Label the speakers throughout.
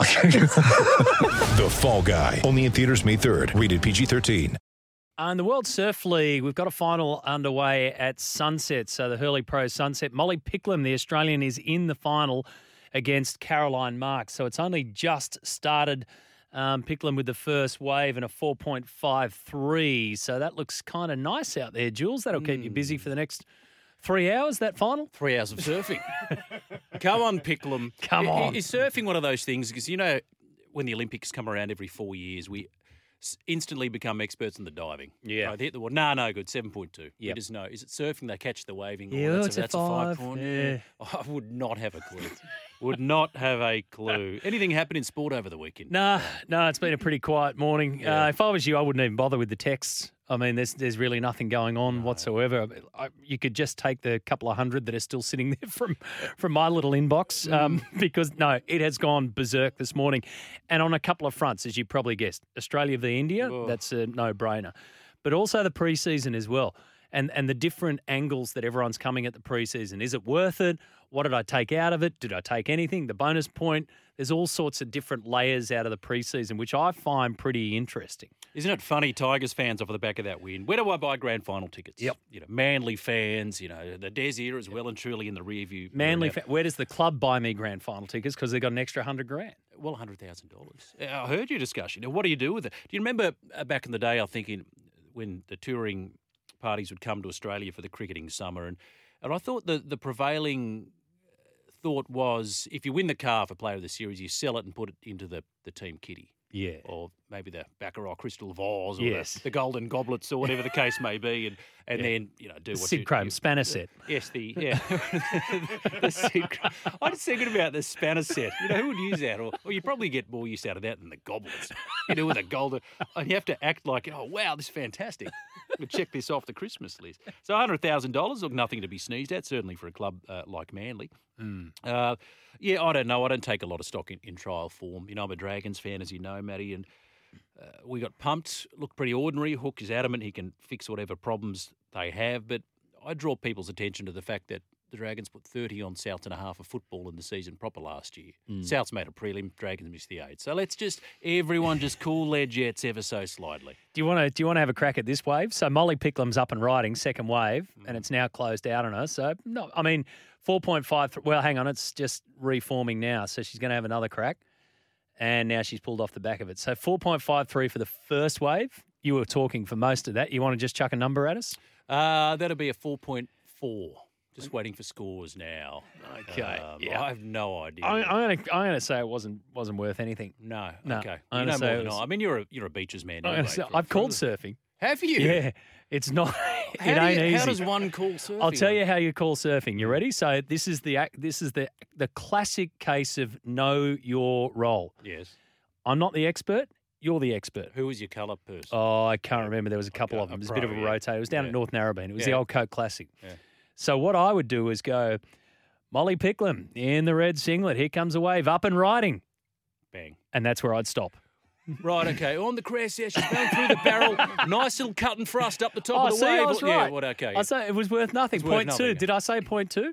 Speaker 1: The Fall Guy. Only in theaters May 3rd. Rated PG-13.
Speaker 2: And Uh, the World Surf League, we've got a final underway at Sunset. So the Hurley Pro Sunset. Molly Picklam, the Australian, is in the final against Caroline Marks. So it's only just started. Um, Picklam with the first wave and a 4.53. So that looks kind of nice out there, Jules. That'll keep you busy for the next three hours, that final.
Speaker 3: Three hours of surfing. Come on, Picklem.
Speaker 2: Come
Speaker 3: I-
Speaker 2: on.
Speaker 3: Is surfing one of those things? Because you know, when the Olympics come around every four years, we s- instantly become experts in the diving.
Speaker 2: Yeah.
Speaker 3: Right, they hit the water. No, no, good. Seven point two.
Speaker 2: Yep.
Speaker 3: You just know. Is it surfing? They catch the waving.
Speaker 2: Yeah,
Speaker 3: oh, that's,
Speaker 2: it's
Speaker 3: a,
Speaker 2: a
Speaker 3: that's a five
Speaker 2: five,
Speaker 3: point.
Speaker 2: yeah.
Speaker 3: I would not have a clue. would not have a clue. Anything happened in sport over the weekend?
Speaker 2: Nah, nah, it's been a pretty quiet morning. Uh, if I was you, I wouldn't even bother with the texts. I mean, there's there's really nothing going on whatsoever. I, you could just take the couple of hundred that are still sitting there from from my little inbox, um, because no, it has gone berserk this morning, and on a couple of fronts, as you probably guessed, Australia v India, that's a no brainer, but also the preseason as well, and and the different angles that everyone's coming at the preseason. Is it worth it? What did I take out of it? Did I take anything? The bonus point. There's all sorts of different layers out of the preseason, which I find pretty interesting.
Speaker 3: Isn't it funny, Tigers fans off the back of that win? Where do I buy grand final tickets?
Speaker 2: Yep.
Speaker 3: You know, Manly fans. You know, the Des era is well and truly in the rear view. mirror
Speaker 2: Manly,
Speaker 3: now.
Speaker 2: fa- where does the club buy me grand final tickets? Because they got an extra hundred grand.
Speaker 3: well, hundred thousand dollars. I heard your discussion. Now, what do you do with it? Do you remember uh, back in the day? I think in when the touring parties would come to Australia for the cricketing summer, and and I thought the the prevailing thought was if you win the car for Player of the Series, you sell it and put it into the the team kitty.
Speaker 2: Yeah.
Speaker 3: Or maybe the Baccarat crystal vase, or the-
Speaker 2: Yes.
Speaker 3: the, golden goblets, or whatever the case may be, and and then you know do what you-
Speaker 2: Sid Crome,
Speaker 3: you-
Speaker 2: spanner set.
Speaker 3: Yes, the yeah. the Sid Cro- I was thinking about the spanner set. You know, who would use that? Or, or you probably get more use out of that than the goblets. You know, with a golden, and you have to act like, oh wow, this is fantastic. We'll check this off the Christmas list. So hundred thousand dollars, look, nothing to be sneezed at. Certainly for a club uh, like Manly.
Speaker 2: Hmm.
Speaker 3: Uh, yeah, I don't know. I don't take a lot of stock in, in trial form. You know, I'm a Dragons fan, as you know, Matty, and uh, we got pumped. Looked pretty ordinary. Hook is adamant he can fix whatever problems they have, but I draw people's attention to the fact that the Dragons put 30 on South and a half of football in the season proper last year.
Speaker 2: Mm.
Speaker 3: South's made a prelim, Dragons missed the eight. So let's just, everyone just cool their jets ever so slightly.
Speaker 2: Do you want to do you want to have a crack at this wave? So Molly Picklam's up and riding second wave,
Speaker 3: Mm.
Speaker 2: and it's now closed out on her. So no, I mean four point five. Well, hang on, it's just reforming now, so she's going to have another crack, and now she's pulled off the back of it. So four point five three for the first wave. You were talking for most of that. You want to just chuck a number at us?
Speaker 3: Uh, that'll be a 4.4. Just waiting for scores now.
Speaker 2: Okay,
Speaker 3: Um,
Speaker 2: yeah.
Speaker 3: I have no idea.
Speaker 2: I, I'm going to I'm going to say it wasn't wasn't worth anything.
Speaker 3: no,
Speaker 2: No,
Speaker 3: okay.
Speaker 2: I'm gonna
Speaker 3: You know
Speaker 2: say
Speaker 3: more
Speaker 2: it
Speaker 3: than
Speaker 2: was-
Speaker 3: I. I mean, you're a you're a beaches man.
Speaker 2: I'm gonna
Speaker 3: anyway,
Speaker 2: say-
Speaker 3: from-
Speaker 2: I've called
Speaker 3: from the-
Speaker 2: surfing.
Speaker 3: Have you?
Speaker 2: Yeah, it's not.
Speaker 3: How,
Speaker 2: it
Speaker 3: do
Speaker 2: ain't
Speaker 3: you-
Speaker 2: easy.
Speaker 3: how does one call surfing?
Speaker 2: I'll tell you how you call surfing. You ready? So this is the ac- this is the the classic case of know your role.
Speaker 3: Yes.
Speaker 2: I'm not the expert. You're the expert.
Speaker 3: Who is your colour person?
Speaker 2: Oh, I can't remember. There was a couple of
Speaker 3: a
Speaker 2: them. It was a
Speaker 3: pro,
Speaker 2: bit of a
Speaker 3: yeah.
Speaker 2: rotate. It was down
Speaker 3: Yeah.
Speaker 2: at North Narrabeen. It was the
Speaker 3: Yeah.
Speaker 2: old Coke Classic.
Speaker 3: Yeah.
Speaker 2: So what I would do is go, Molly Picklam in the red singlet. Here comes a wave up and riding,
Speaker 3: Bang.
Speaker 2: and that's where I'd stop.
Speaker 3: Right, okay. On the crest, yeah, she's going through the barrel. Nice little cut and thrust up the top
Speaker 2: Oh,
Speaker 3: of the
Speaker 2: see,
Speaker 3: wave.
Speaker 2: I was
Speaker 3: Yeah,
Speaker 2: right.
Speaker 3: what, okay.
Speaker 2: I say it was worth nothing.
Speaker 3: worth
Speaker 2: Point two.
Speaker 3: nothing.
Speaker 2: Did I say point two?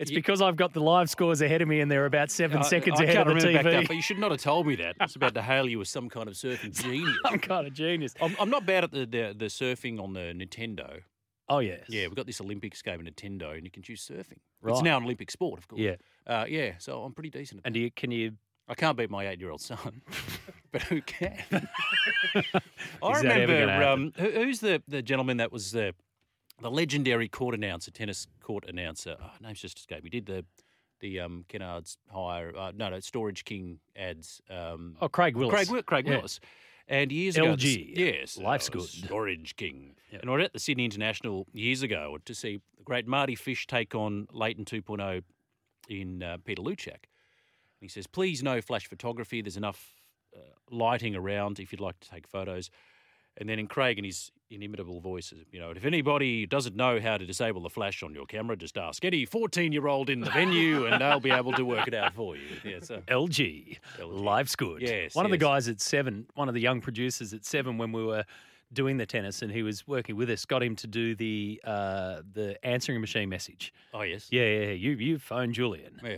Speaker 2: It's
Speaker 3: Ye-
Speaker 2: because I've got the live scores ahead of me, and they're about seven
Speaker 3: I-
Speaker 2: seconds
Speaker 3: I
Speaker 2: ahead
Speaker 3: can't
Speaker 2: of the
Speaker 3: remember back
Speaker 2: TV.
Speaker 3: that, but you should not have told me that. I was about to hail you as some kind of surfing genius.
Speaker 2: I'm kind of genius.
Speaker 3: I'm, I'm not bad at the, the, the surfing on the Nintendo.
Speaker 2: Oh yes.
Speaker 3: Yeah, we've got this Olympics game on Nintendo, and you can choose surfing.
Speaker 2: Right.
Speaker 3: It's now an Olympic sport, of course.
Speaker 2: Yeah.
Speaker 3: Uh, yeah, so I'm pretty decent at
Speaker 2: And do you, can you?
Speaker 3: I can't beat my eight-year-old son, but who can? I
Speaker 2: Is that ever gonna
Speaker 3: remember
Speaker 2: happen?
Speaker 3: um, who, who's the, the gentleman that was the the legendary court announcer, tennis court announcer. Oh, name's just escaped. He did the the um, Kennards hire uh, no no Storage King ads. Um,
Speaker 2: Oh, Craig Willis.
Speaker 3: Craig, Wi- Craig
Speaker 2: Yeah.
Speaker 3: Willis. And years ago, at the
Speaker 2: LG,
Speaker 3: s- yes,
Speaker 2: life's
Speaker 3: uh,
Speaker 2: good.
Speaker 3: Storage King. And I was at the Sydney International years ago to see the great Marty Fish take on Leighton 2.0 in uh, Peter Luchak. And he says, please no flash photography. There's enough uh, lighting around if you'd like to take photos. And then in Craig, in his inimitable voice, you know, if anybody doesn't know how to disable the flash on your camera, just ask any 14 year old in the venue and they'll be able to work it out for you. Yeah, so
Speaker 2: LG,
Speaker 3: LG.
Speaker 2: life's good.
Speaker 3: Yes,
Speaker 2: One of the
Speaker 3: yes.
Speaker 2: guys at Seven, one of the young producers at Seven, when we were doing the tennis and he was working with us, got him to do the uh, the answering machine message.
Speaker 3: Oh, yes.
Speaker 2: Yeah, yeah, yeah. You you phone Julian.
Speaker 3: Yeah.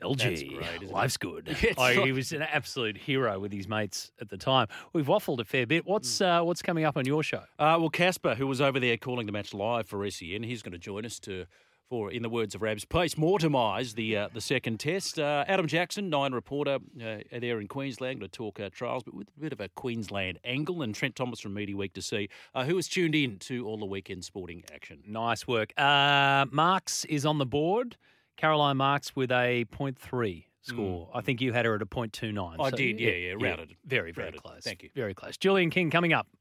Speaker 2: LG,
Speaker 3: That's great, isn't it?
Speaker 2: life's good.
Speaker 3: It's
Speaker 2: I, he
Speaker 3: like-
Speaker 2: was an absolute hero with his mates at the time. We've waffled a fair bit. What's
Speaker 3: Mm.
Speaker 2: uh, what's coming up on your show?
Speaker 3: Uh, well, Casper, who was over there calling the match live for SEN, he's going to join us to, for, in the words of Rabs, post mortemise the uh, the second test. Uh, Adam Jackson, nine reporter uh, there in Queensland, going to talk uh, trials, but with a bit of a Queensland angle. And Trent Thomas from Media Week to see uh, who is tuned in to all the weekend sporting action.
Speaker 2: Nice work. Uh, Marks is on the board. Caroline Marks with a 0.3 score. I think you had her at a 0.29.
Speaker 3: Mm. I did, yeah, yeah, routed.
Speaker 2: Very, very
Speaker 3: Routed.
Speaker 2: close.
Speaker 3: Thank you.
Speaker 2: Very close. Julian King coming up.